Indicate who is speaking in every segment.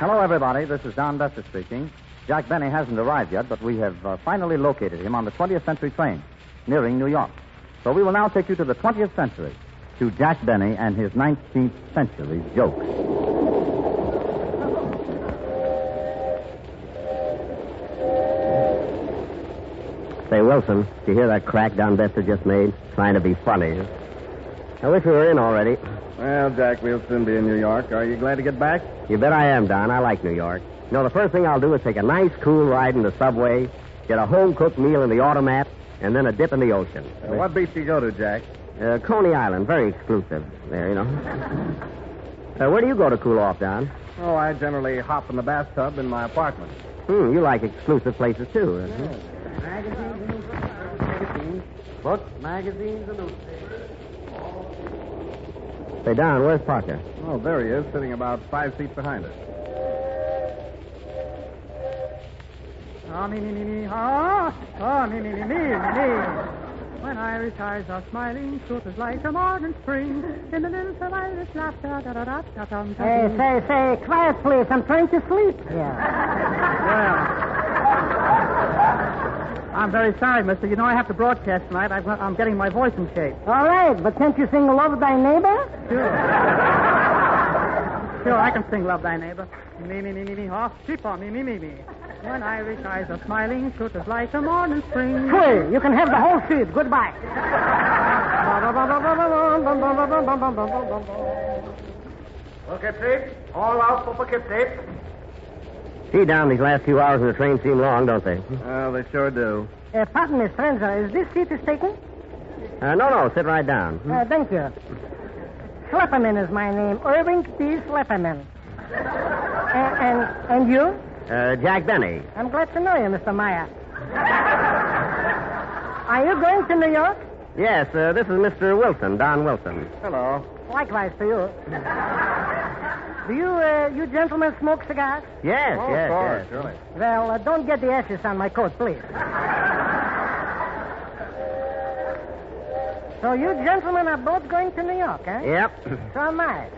Speaker 1: Hello, everybody. This is Don Buster speaking. Jack Benny hasn't arrived yet, but we have uh, finally located him on the 20th Century train, nearing New York. So we will now take you to the 20th century, to Jack Benny and his 19th century jokes.
Speaker 2: Say, Wilson, did you hear that crack Don Bester just made? Trying to be funny. I wish we were in already.
Speaker 3: Well, Jack, we'll soon be in New York. Are you glad to get back?
Speaker 2: You bet I am, Don. I like New York. You know, the first thing I'll do is take a nice, cool ride in the subway, get a home cooked meal in the automat, and then a dip in the ocean.
Speaker 3: Uh, what beach do you go to, Jack?
Speaker 2: Uh, Coney Island, very exclusive there, you know. uh, where do you go to cool off, Don?
Speaker 3: Oh, I generally hop in the bathtub in my apartment.
Speaker 2: Hmm, you like exclusive places, too. huh?
Speaker 4: Magazines, magazines,
Speaker 3: What?
Speaker 4: magazines, and newspapers.
Speaker 2: Say, Don, where's Parker?
Speaker 3: Oh, there he is, sitting about five feet behind us.
Speaker 4: Ah, me, me, me, me, ah, ah, me, me, me, me, me. When Irish eyes are smiling, truth is like a morning spring. In the little of Irish laughter, da da da da dum dum.
Speaker 5: Hey, say, say, quiet, please. I'm trying to sleep. Yeah.
Speaker 4: I'm very sorry, mister. You know I have to broadcast tonight. I've, I'm getting my voice in shape.
Speaker 5: All right, but can't you sing Love Thy Neighbor?
Speaker 4: Sure, I can sing Love Thy Neighbor. Me, me, me, me, me, ha, sheep on me, me, me, me. When Irish eyes are smiling, truth is like a morning spring.
Speaker 5: Sure, you can have the whole sheet. Goodbye.
Speaker 6: Pocket tape, all out for pocket tape.
Speaker 2: Gee, Don, these last few hours in the train seem long, don't they?
Speaker 3: Oh, they sure do.
Speaker 5: Uh, pardon me, stranger. Is this seat is taken?
Speaker 2: Uh, no, no, sit right down.
Speaker 5: Uh, thank you. Schlepperman is my name. Irving P. Schlepperman. and, and, and you?
Speaker 2: Uh, Jack Benny.
Speaker 5: I'm glad to know you, Mr. Meyer. Are you going to New York?
Speaker 2: Yes, uh, this is Mr. Wilson, Don Wilson.
Speaker 3: Hello.
Speaker 5: Likewise to you. Do you, uh, you gentlemen smoke cigars?
Speaker 2: Yes,
Speaker 3: oh,
Speaker 2: yes,
Speaker 3: of course,
Speaker 2: yes.
Speaker 3: surely.
Speaker 5: Well, uh, don't get the ashes on my coat, please. so you gentlemen are both going to New York, eh?
Speaker 2: Yep.
Speaker 5: So am I.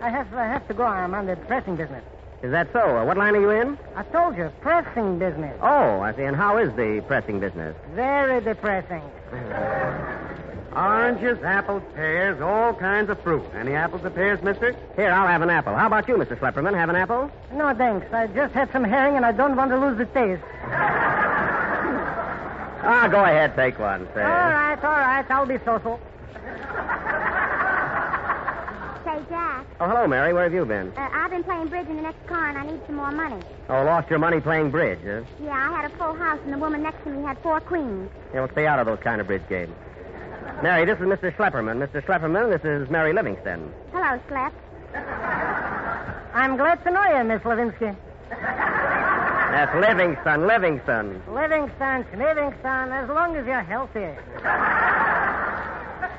Speaker 5: I have, I have to go. I'm on the pressing business.
Speaker 2: Is that so? Uh, what line are you in?
Speaker 5: I told you, pressing business.
Speaker 2: Oh, I see. And how is the pressing business?
Speaker 5: Very depressing.
Speaker 2: Oranges, apples, pears, all kinds of fruit. Any apples or pears, mister? Here, I'll have an apple. How about you, Mr. Schlepperman? Have an apple?
Speaker 5: No, thanks. I just had some herring and I don't want to lose the taste.
Speaker 2: Ah, go ahead, take one, say.
Speaker 5: All right, all right. I'll be social.
Speaker 7: Say, Jack,
Speaker 2: Oh, hello, Mary. Where have you been?
Speaker 7: uh, I've been playing bridge in the next car, and I need some more money.
Speaker 2: Oh, lost your money playing bridge, huh?
Speaker 7: Yeah, I had a full house, and the woman next to me had four queens.
Speaker 2: Yeah, well, stay out of those kind of bridge games. Mary, this is Mr. Schlepperman. Mr. Schlepperman, this is Mary Livingston.
Speaker 7: Hello, Slep.
Speaker 5: I'm glad to know you, Miss Levinsky.
Speaker 2: That's Livingston, Livingston.
Speaker 5: Livingston, Livingston, as long as you're healthy.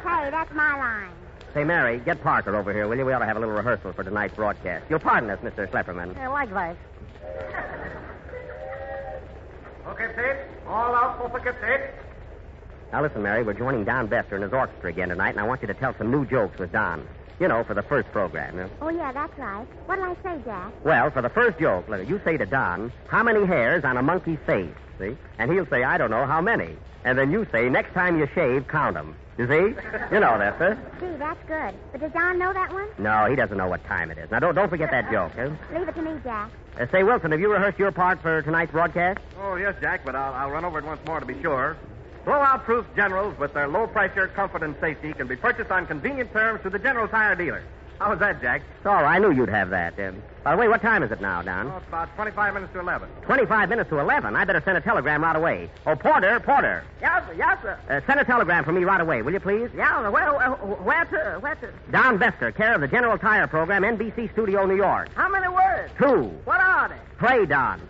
Speaker 7: Hey, that's my line.
Speaker 2: Say, Mary, get Parker over here, will you? We ought to have a little rehearsal for tonight's broadcast. You'll pardon us, Mr. Schlepperman.
Speaker 5: Uh, likewise.
Speaker 6: Pocket tape, all out for pocket tape.
Speaker 2: Now, listen, Mary, we're joining Don Bester and his orchestra again tonight, and I want you to tell some new jokes with Don. You know, for the first program. huh?
Speaker 7: Oh, yeah, that's right. What'll I say, Jack?
Speaker 2: Well, for the first joke, look, you say to Don, how many hairs on a monkey's face? See? And he'll say, I don't know how many. And then you say, next time you shave, count 'em." You see? You know that, sir?
Speaker 7: Gee, that's good. But does Don know that one?
Speaker 2: No, he doesn't know what time it is. Now, don't, don't forget that joke, huh?
Speaker 7: Leave it to me, Jack.
Speaker 2: Uh, say, Wilson, have you rehearsed your part for tonight's broadcast?
Speaker 3: Oh, yes, Jack, but I'll, I'll run over it once more to be sure. Blowout proof generals with their low pressure, comfort, and safety can be purchased on convenient terms through the general tire dealer. How was that, Jack?
Speaker 2: Oh, I knew you'd have that. Uh, by the way, what time is it now, Don?
Speaker 3: Oh, it's about 25 minutes to 11.
Speaker 2: 25 minutes to 11. I better send a telegram right away. Oh, Porter, Porter.
Speaker 4: Yes, sir, yes, sir.
Speaker 2: Uh, send a telegram for me right away, will you please?
Speaker 4: Yeah, sir. where, where, where to, where to?
Speaker 2: Don Vester, care of the General Tire Program, NBC Studio, New York.
Speaker 4: How many words?
Speaker 2: Two.
Speaker 4: What are they?
Speaker 2: Pray, Don.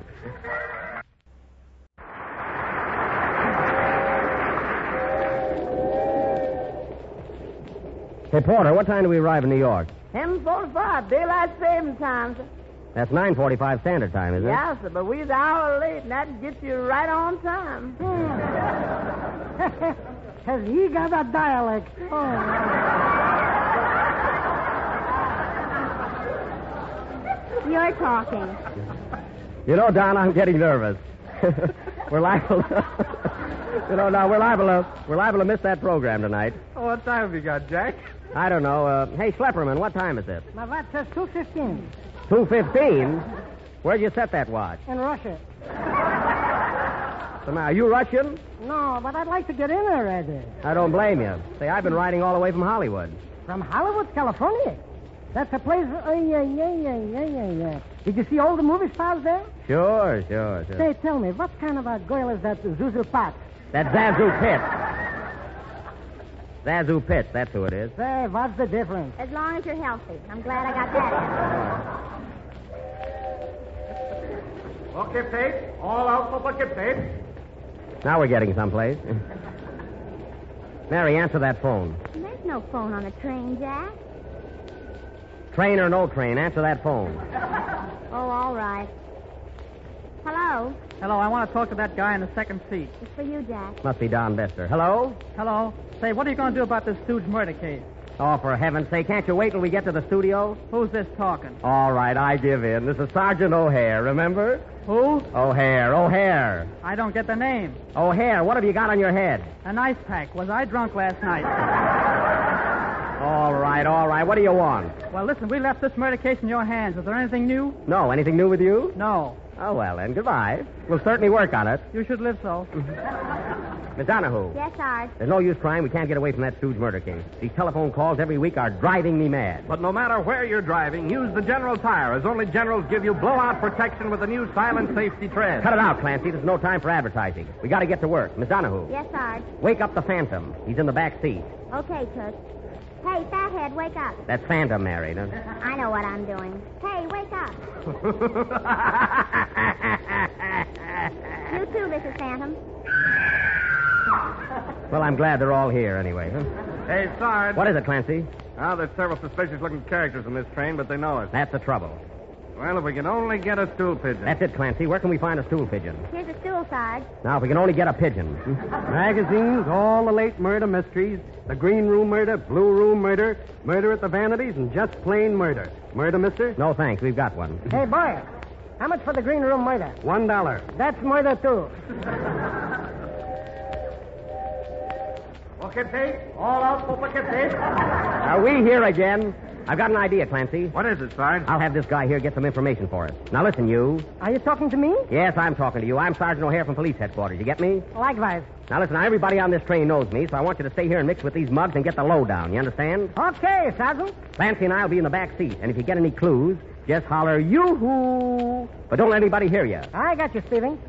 Speaker 2: Hey, Porter, what time do we arrive in New York?
Speaker 8: 1045, daylight saving time, sir.
Speaker 2: That's 9.45 standard time, isn't it?
Speaker 8: Yeah, sir, but we's an hour late, and that gets you right on time.
Speaker 4: Hmm.
Speaker 5: Has he got a dialect? Oh.
Speaker 7: You're we're talking.
Speaker 2: You know, Don, I'm getting nervous. we're liable. you know, now we're liable to we're liable to miss that program tonight.
Speaker 4: Oh, what time have you got, Jack?
Speaker 2: I don't know. Uh, hey, Schlepperman, what time is it?
Speaker 5: My watch says 2.15
Speaker 2: Two fifteen. Where'd you set that watch?
Speaker 5: in Russia.
Speaker 2: So now, are you Russian?
Speaker 5: No, but I'd like to get in already.
Speaker 2: I don't blame you. Say, I've been riding all the way from Hollywood.
Speaker 5: From Hollywood, California. That's a place. Oh, yeah, yeah, yeah, yeah, yeah, yeah. Did you see all the movie stars there?
Speaker 2: Sure, sure, sure.
Speaker 5: Say, tell me, what kind of a girl is that Zuzu Pat?
Speaker 2: That Zazu Pitts. Zazu Pitts, that's who it is.
Speaker 5: Say, what's the difference?
Speaker 7: As long as you're healthy. I'm glad I got that.
Speaker 6: Bucket tape. All out for bucket tape.
Speaker 2: Now we're getting someplace. Mary, answer that phone.
Speaker 7: in. There's no phone on the train, Jack.
Speaker 2: Train or no train, answer that phone.
Speaker 7: Oh, all right. Hello.
Speaker 4: Hello, I want to talk to that guy in the second seat.
Speaker 7: It's for you, Jack.
Speaker 2: Must be Don Bester. Hello?
Speaker 4: Hello. Say, what are you going to do about this huge murder case?
Speaker 2: Oh, for heaven's sake, can't you wait till we get to the studio?
Speaker 4: Who's this talking?
Speaker 2: All right, I give in. This is Sergeant O'Hare, remember?
Speaker 4: Who?
Speaker 2: O'Hare, O'Hare.
Speaker 4: I don't get the name.
Speaker 2: O'Hare, what have you got on your head?
Speaker 4: An ice pack. Was I drunk last night?
Speaker 2: All right, all right. What do you want?
Speaker 4: Well, listen, we left this murder case in your hands. Is there anything new?
Speaker 2: No, anything new with you?
Speaker 4: No.
Speaker 2: Oh, well, then, goodbye. We'll certainly work on it.
Speaker 4: You should live so.
Speaker 2: Miss Donahue,
Speaker 7: Yes, ours.
Speaker 2: there's no use crying. We can't get away from that huge murder case. These telephone calls every week are driving me mad.
Speaker 3: But no matter where you're driving, use the General tire, as only Generals give you blowout protection with the new silent safety tread.
Speaker 2: Cut it out, Clancy. There's no time for advertising. We got to get to work. Miss Donahue,
Speaker 7: Yes, ours.
Speaker 2: wake up the Phantom. He's in the back seat.
Speaker 7: Okay, Kurt. Hey, fathead, wake up.
Speaker 2: That's Phantom, Mary. No?
Speaker 7: I know what I'm doing. Hey, wake up. You too, Mrs. Phantom.
Speaker 2: well, I'm glad they're all here anyway.
Speaker 3: Hey, Sarge.
Speaker 2: What is it, Clancy?
Speaker 3: Now, there's several suspicious looking characters in this train, but they know us.
Speaker 2: That's the trouble.
Speaker 3: Well, if we can only get a stool pigeon.
Speaker 2: That's it, Clancy. Where can we find a stool pigeon?
Speaker 7: Here's a stool, Sarge.
Speaker 2: Now, if we can only get a pigeon.
Speaker 9: Magazines, all the late murder mysteries, the Green Room murder, Blue Room murder, murder at the Vanities, and just plain murder. Murder, mister?
Speaker 2: No, thanks. We've got one.
Speaker 5: Hey, boy, how much for the green room murder?
Speaker 9: One dollar.
Speaker 5: That's murder, too.
Speaker 6: Bucket tape. All out for bucket tape.
Speaker 2: Are we here again? I've got an idea, Clancy.
Speaker 3: What is it, Sarge?
Speaker 2: I'll have this guy here get some information for us. Now, listen, you.
Speaker 5: Are you talking to me?
Speaker 2: Yes, I'm talking to you. I'm Sergeant O'Hare from police headquarters. You get me?
Speaker 5: Likewise.
Speaker 2: Now, listen, everybody on this train knows me, so I want you to stay here and mix with these mugs and get the lowdown. You understand?
Speaker 5: Okay, Sergeant.
Speaker 2: Clancy and I will be in the back seat, and if you get any clues, just holler yoo-hoo. But don't let anybody hear you.
Speaker 5: I got you, Stevens.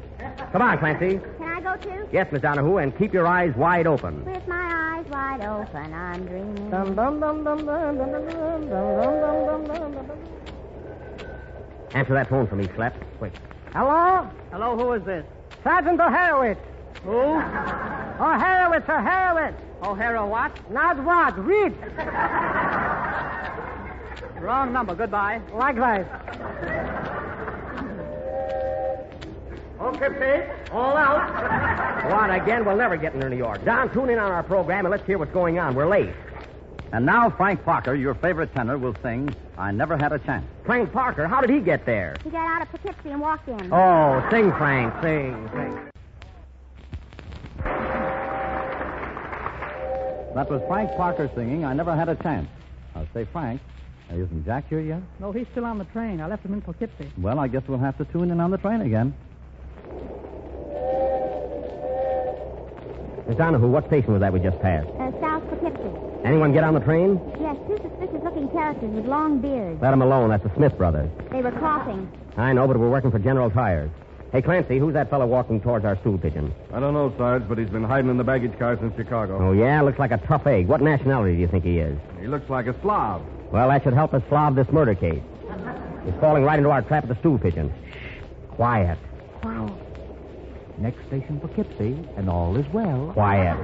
Speaker 2: Come on, Clancy.
Speaker 7: Can I go too?
Speaker 2: Yes, Miss Donahue, and keep your eyes wide open.
Speaker 7: With my eyes wide open, I'm dreaming.
Speaker 5: Dum dum dum dum dum dum dum dum dum dum dum dum.
Speaker 2: Answer that phone for me, Slap. Quick.
Speaker 5: Hello,
Speaker 4: Hello, who is this?
Speaker 5: Sergeant O'Harowitz.
Speaker 4: Who?
Speaker 5: O'Harowitz, O'Harowitz.
Speaker 4: O'Hara what?
Speaker 5: Not what? Read.
Speaker 4: Wrong number. Goodbye.
Speaker 5: Likewise.
Speaker 6: Bucket tape. All out.
Speaker 2: What again? We'll never get into New York. Don, tune in on our program and let's hear what's going on. We're late.
Speaker 1: And now Frank Parker, your favorite tenor, will sing I Never Had a Chance.
Speaker 2: Frank Parker, how did he get there?
Speaker 7: He got out of Poughkeepsie and walked in.
Speaker 2: Oh, sing, Frank, sing, sing.
Speaker 1: That was Frank Parker singing I Never Had a Chance. I'll say, Frank, uh, isn't Jack here yet?
Speaker 4: No, he's still on the train. I left him in Poughkeepsie.
Speaker 1: Well, I guess we'll have to tune in on the train again.
Speaker 2: Miss Donahue, what station was that we just passed?
Speaker 7: Uh, South Poughkeepsie.
Speaker 2: Anyone get on the train?
Speaker 7: Yes, two suspicious looking characters with long beards.
Speaker 2: Let them alone. That's the Smith brothers.
Speaker 7: They were coughing.
Speaker 2: I know, but we're working for General Tires. Hey, Clancy, who's that fellow walking towards our stool pigeon?
Speaker 1: Oh.
Speaker 3: I don't know, Sarge, but he's been hiding in the baggage car since Chicago.
Speaker 2: Oh, yeah? Looks like a tough egg. What nationality do you think he is?
Speaker 3: He looks like a Slav.
Speaker 2: Well, that should help us solve this murder case. He's falling right into our trap of the stool pigeon. Shh. Quiet.
Speaker 1: Next station, Poughkeepsie, and all is well.
Speaker 2: Quiet.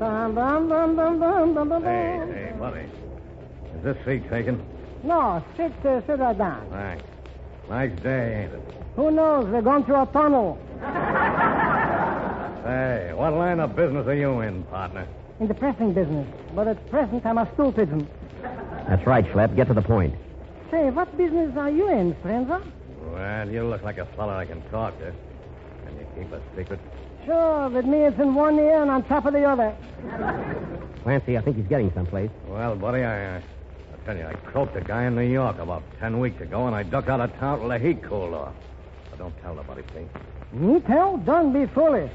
Speaker 5: Dum dum dum dum dum dum dum. dum.
Speaker 3: hey, buddy. Is this seat taken?
Speaker 5: No, sit, uh, sit right down.
Speaker 3: Thanks. Nice day, ain't it?
Speaker 5: Who knows? They're going through a tunnel
Speaker 3: Hey, what line of business are you in, partner?
Speaker 5: in the pressing business. But at present, I'm a stool pigeon.
Speaker 2: That's right, Schlepp. Get to the point.
Speaker 5: Say, what business are you in, stranger?
Speaker 6: Well, you look like a fella I can talk to. Can you keep a secret?
Speaker 5: Sure, with me it's in one ear and on top of the other.
Speaker 2: Clancy, I think he's getting someplace.
Speaker 6: Well, buddy, I, uh, I tell you, I croaked a guy in New York about ten weeks ago, and I ducked out of town till the heat cooled off. But don't tell nobody, see?
Speaker 5: Me tell? Don't be foolish.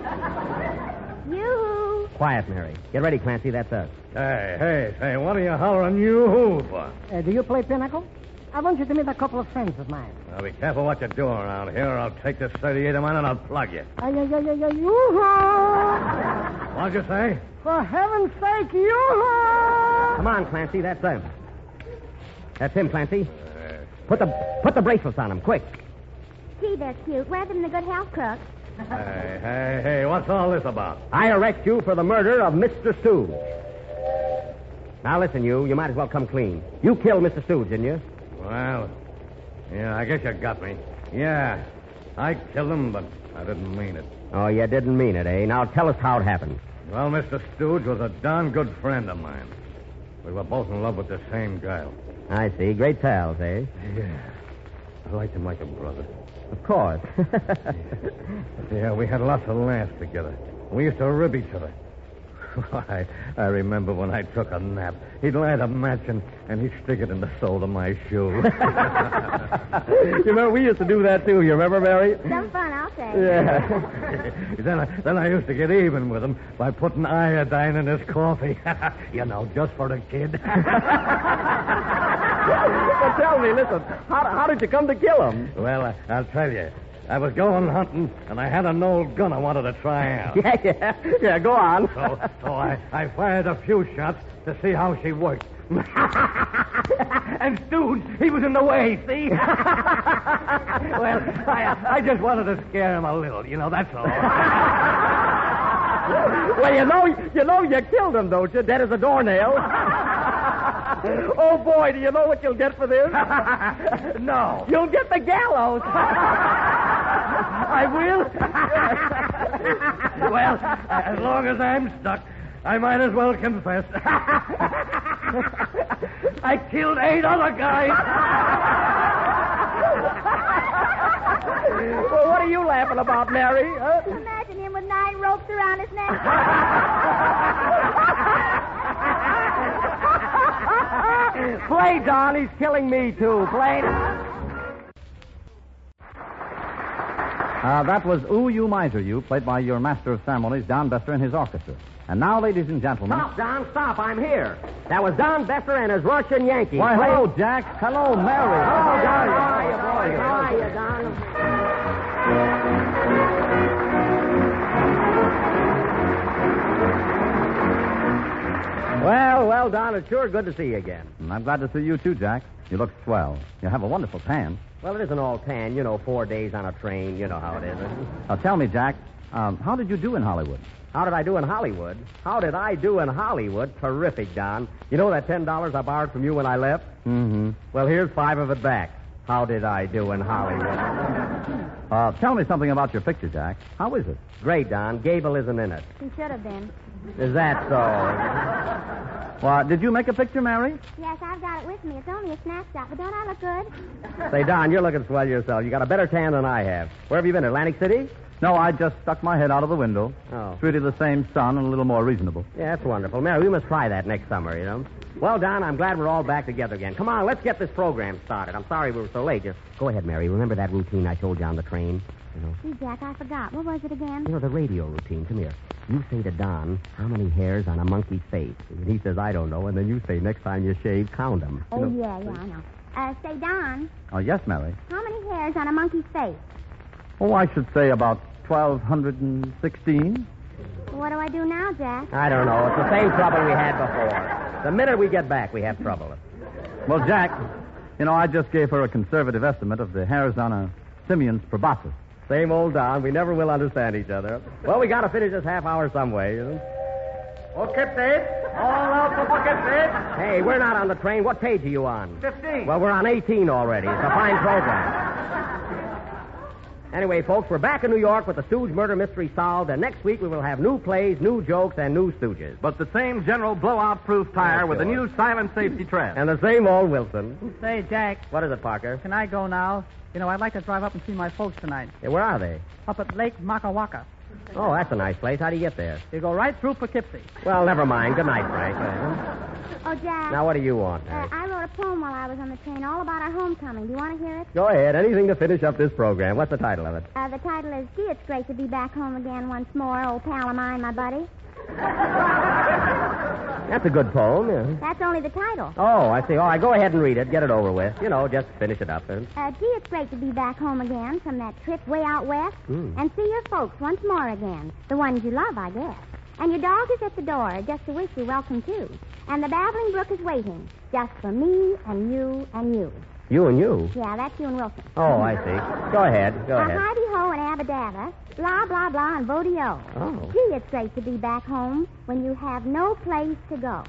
Speaker 7: Yoo-hoo! Yoo-hoo!
Speaker 2: Quiet, Mary. Get ready, Clancy. That's us.
Speaker 6: Hey, hey, hey, what are you hollering you hoo for?
Speaker 5: Uh, do you play pinochle? I want you to meet a couple of friends of mine.
Speaker 6: Now, be careful what you do around here, or I'll take this 38 of mine and I'll plug you.
Speaker 5: Ay, ay, ay, ay, ay, yoo-hoo!
Speaker 6: What'd you say?
Speaker 5: For heaven's sake, yoo-hoo!
Speaker 2: Come on, Clancy. That's him. That's him, Clancy.
Speaker 6: Uh,
Speaker 2: Put the put the bracelets on him, quick.
Speaker 7: Gee, they're cute. Wear them in a good house crook.
Speaker 6: hey, hey, hey, what's all this about?
Speaker 2: I arrest you for the murder of Mr. Stooge. Now listen, you. You might as well come clean. You killed Mr. Stooge, didn't you?
Speaker 6: Well, yeah, I guess you got me. Yeah, I killed him, but I didn't mean it.
Speaker 2: Oh, you didn't mean it, eh? Now tell us how it happened.
Speaker 6: Well, Mr. Stooge was a darn good friend of mine. We were both in love with the same girl.
Speaker 2: I see. Great pals, eh?
Speaker 6: Yeah. I liked him like a brother.
Speaker 2: Of course.
Speaker 6: Yeah, we had lots of laughs together. We used to rib each other. Why, I remember when I took a nap. He'd light a match and, and he'd stick it in the sole of my shoe.
Speaker 2: you remember, we used to do that, too. You remember, Mary?
Speaker 7: Some fun, I'll say.
Speaker 2: Yeah.
Speaker 6: then, I, then I used to get even with him by putting iodine in his coffee. you know, just for a kid.
Speaker 2: but tell me, listen, how, how did you come to kill him?
Speaker 6: well, I, I'll tell you. I was going hunting, and I had an old gun I wanted to try out.
Speaker 2: Yeah, yeah. Yeah, go on.
Speaker 6: So, so I, I fired a few shots to see how she worked. and Stooge, he was in the way, see? well, I, I just wanted to scare him a little, you know, that's all.
Speaker 2: well, you know, you know, you killed him, don't you? Dead as a doornail. oh boy, do you know what you'll get for this?
Speaker 6: no.
Speaker 2: You'll get the gallows.
Speaker 6: I will? well, as long as I'm stuck, I might as well confess. I killed eight other guys.
Speaker 2: well, what are you laughing about, Mary? huh?
Speaker 7: Imagine him with nine ropes around his neck.
Speaker 2: Play, Don. He's killing me too. Play.
Speaker 1: Uh, that was Ooh You Miser You, played by your master of ceremonies, Don Bester, and his orchestra. And now, ladies and gentlemen.
Speaker 2: Stop, Don. Stop. I'm here. That was Don Besser and his Russian Yankee.
Speaker 1: Why, hello, Jack. Hello, Mary.
Speaker 2: Hello, Don.
Speaker 1: How
Speaker 2: Oh, How are you, Don? Well, well, Don, it's sure good to see you again.
Speaker 1: And I'm glad to see you, too, Jack. You look swell. You have a wonderful tan.
Speaker 2: Well, it isn't all tan, you know, four days on a train, you know how it is.
Speaker 1: Now, tell me, Jack, um, how did you do in Hollywood?
Speaker 2: How did I do in Hollywood? How did I do in Hollywood? Terrific, Don. You know that ten dollars I borrowed from you when I left?
Speaker 1: Mm-hmm.
Speaker 2: Well, here's five of it back. How did I do in Hollywood?
Speaker 1: Uh, tell me something about your picture, Jack. How is it?
Speaker 2: Great, Don. Gable isn't in it.
Speaker 7: He should have been.
Speaker 2: Is that so?
Speaker 1: Well, did you make a picture, Mary?
Speaker 7: Yes, I've got it with me. It's only a snapshot, but don't I look good?
Speaker 2: Say, Don, you're looking swell yourself. You got a better tan than I have. Where have you been? Atlantic City?
Speaker 1: No, I just stuck my head out of the window.
Speaker 2: Oh.
Speaker 1: It's really the same sun and a little more reasonable.
Speaker 2: Yeah, that's wonderful. Mary, we must try that next summer, you know. Well, Don, I'm glad we're all back together again. Come on, let's get this program started. I'm sorry we were so late. Just go ahead, Mary. Remember that routine I told you on the train? You know,
Speaker 7: Gee, Jack, I forgot. What was it again?
Speaker 2: you know the radio routine. Come here. You say to Don, how many hairs on a monkey's face? And he says, I don't know. And then you say, next time you shave, count them.
Speaker 7: Oh, yeah, yeah, I know. Uh, say, Don,
Speaker 1: Oh, yes, Mary.
Speaker 7: how many hairs on a monkey's face?
Speaker 1: Oh, I should say about 1,216.
Speaker 7: What do I do now, Jack?
Speaker 2: I don't know. It's the same trouble we had before. The minute we get back, we have trouble.
Speaker 1: Well, Jack, you know, I just gave her a conservative estimate of the hairs on a simian's proboscis.
Speaker 2: Same old Don. We never will understand each other. Well, we got to finish this half hour some way. You know?
Speaker 6: Okay, Pete. All out for bucket,
Speaker 2: Hey, we're not on the train. What page are you on?
Speaker 6: Pete. Fifteen.
Speaker 2: Well, we're on 18 already. It's a fine program. Anyway, folks, we're back in New York with the Stooge murder mystery solved, and next week we will have new plays, new jokes, and new Stooges.
Speaker 3: But the same general blowout proof tire with a new silent safety tread.
Speaker 2: And the same old Wilson.
Speaker 4: Say, Jack,
Speaker 2: What is it, Parker?
Speaker 4: can I go now? You know, I'd like to drive up and see my folks tonight.
Speaker 2: Yeah, where are they?
Speaker 4: Up at Lake Makawaka.
Speaker 2: Oh, that's a nice place. How do you get there?
Speaker 4: You go right through Poughkeepsie.
Speaker 2: Well, never mind. Good night, Frank.
Speaker 7: Oh, Jack.
Speaker 2: Now, what do you want?
Speaker 7: uh,
Speaker 2: Hank?
Speaker 7: I wrote a poem while I was on the train all about our homecoming. Do you want to hear it?
Speaker 2: Go ahead. Anything to finish up this program. What's the title of it?
Speaker 7: Uh, the title is Gee, It's Great to Be Back Home Again Once More, Old Pal of Mine, My Buddy.
Speaker 2: That's a good poem. Yeah.
Speaker 7: That's only the title.
Speaker 2: Oh, I see. All right, go ahead and read it. Get it over with. You know, just finish it up. And...
Speaker 7: Uh, gee, it's great to be back home again from that trip way out west
Speaker 2: Hmm.
Speaker 7: and see your folks once more again. The ones you love, I guess. And your dog is at the door just to wish you welcome too. And the babbling brook is waiting just for me and you and you.
Speaker 2: You and you.
Speaker 7: Yeah, that's you and Wilson.
Speaker 2: Oh, I see. Go ahead. Go
Speaker 7: Uh,
Speaker 2: ahead.
Speaker 7: hidey ho and abadabba, blah blah blah and vodio.
Speaker 2: Oh.
Speaker 7: Gee, it's great to be back home when you have no place to go.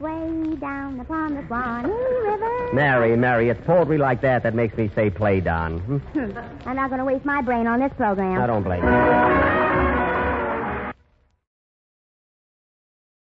Speaker 7: Way down upon the Swanee River.
Speaker 2: Mary, Mary, it's poetry like that that makes me say play, Don. Hmm?
Speaker 7: I'm not going to waste my brain on this program.
Speaker 2: I don't blame you.